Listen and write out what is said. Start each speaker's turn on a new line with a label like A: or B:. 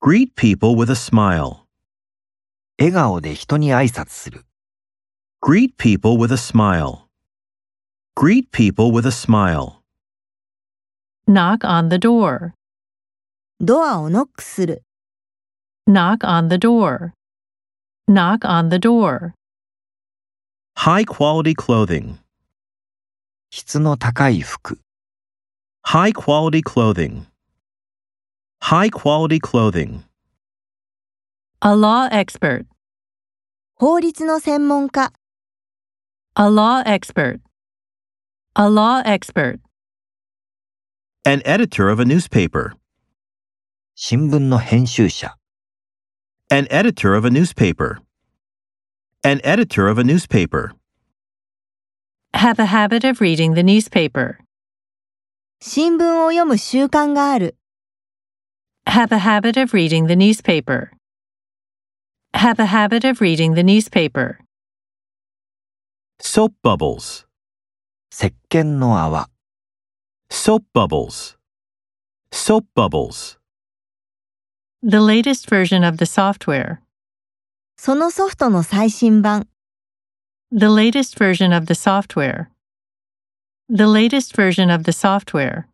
A: Greet people with a smile.
B: 笑顔で人に挨拶する。
A: Greet people with a smile. Greet people with a smile.
C: Knock on the door.
D: ドアをノックする。
C: Knock on the door. Knock on the door.
A: High quality clothing.
B: 質の高い服。
A: High quality clothing. High quality clothing.
C: A law expert.
D: 法律の専門家。
C: A law expert. A law expert.
A: An editor of a newspaper.
B: 新聞の編集者。
A: An editor of a newspaper. An editor of a newspaper.
C: Have a habit of reading the newspaper.
D: 新聞を読む習慣がある。
C: Have a habit of reading the newspaper. Have a habit of reading the newspaper.
A: Soap bubbles.
B: 石鹸の泡。
A: Soap bubbles. Soap bubbles.
C: The latest version of the software.
D: そのソフトの最新版。
C: The latest version of the software. The latest version of the software.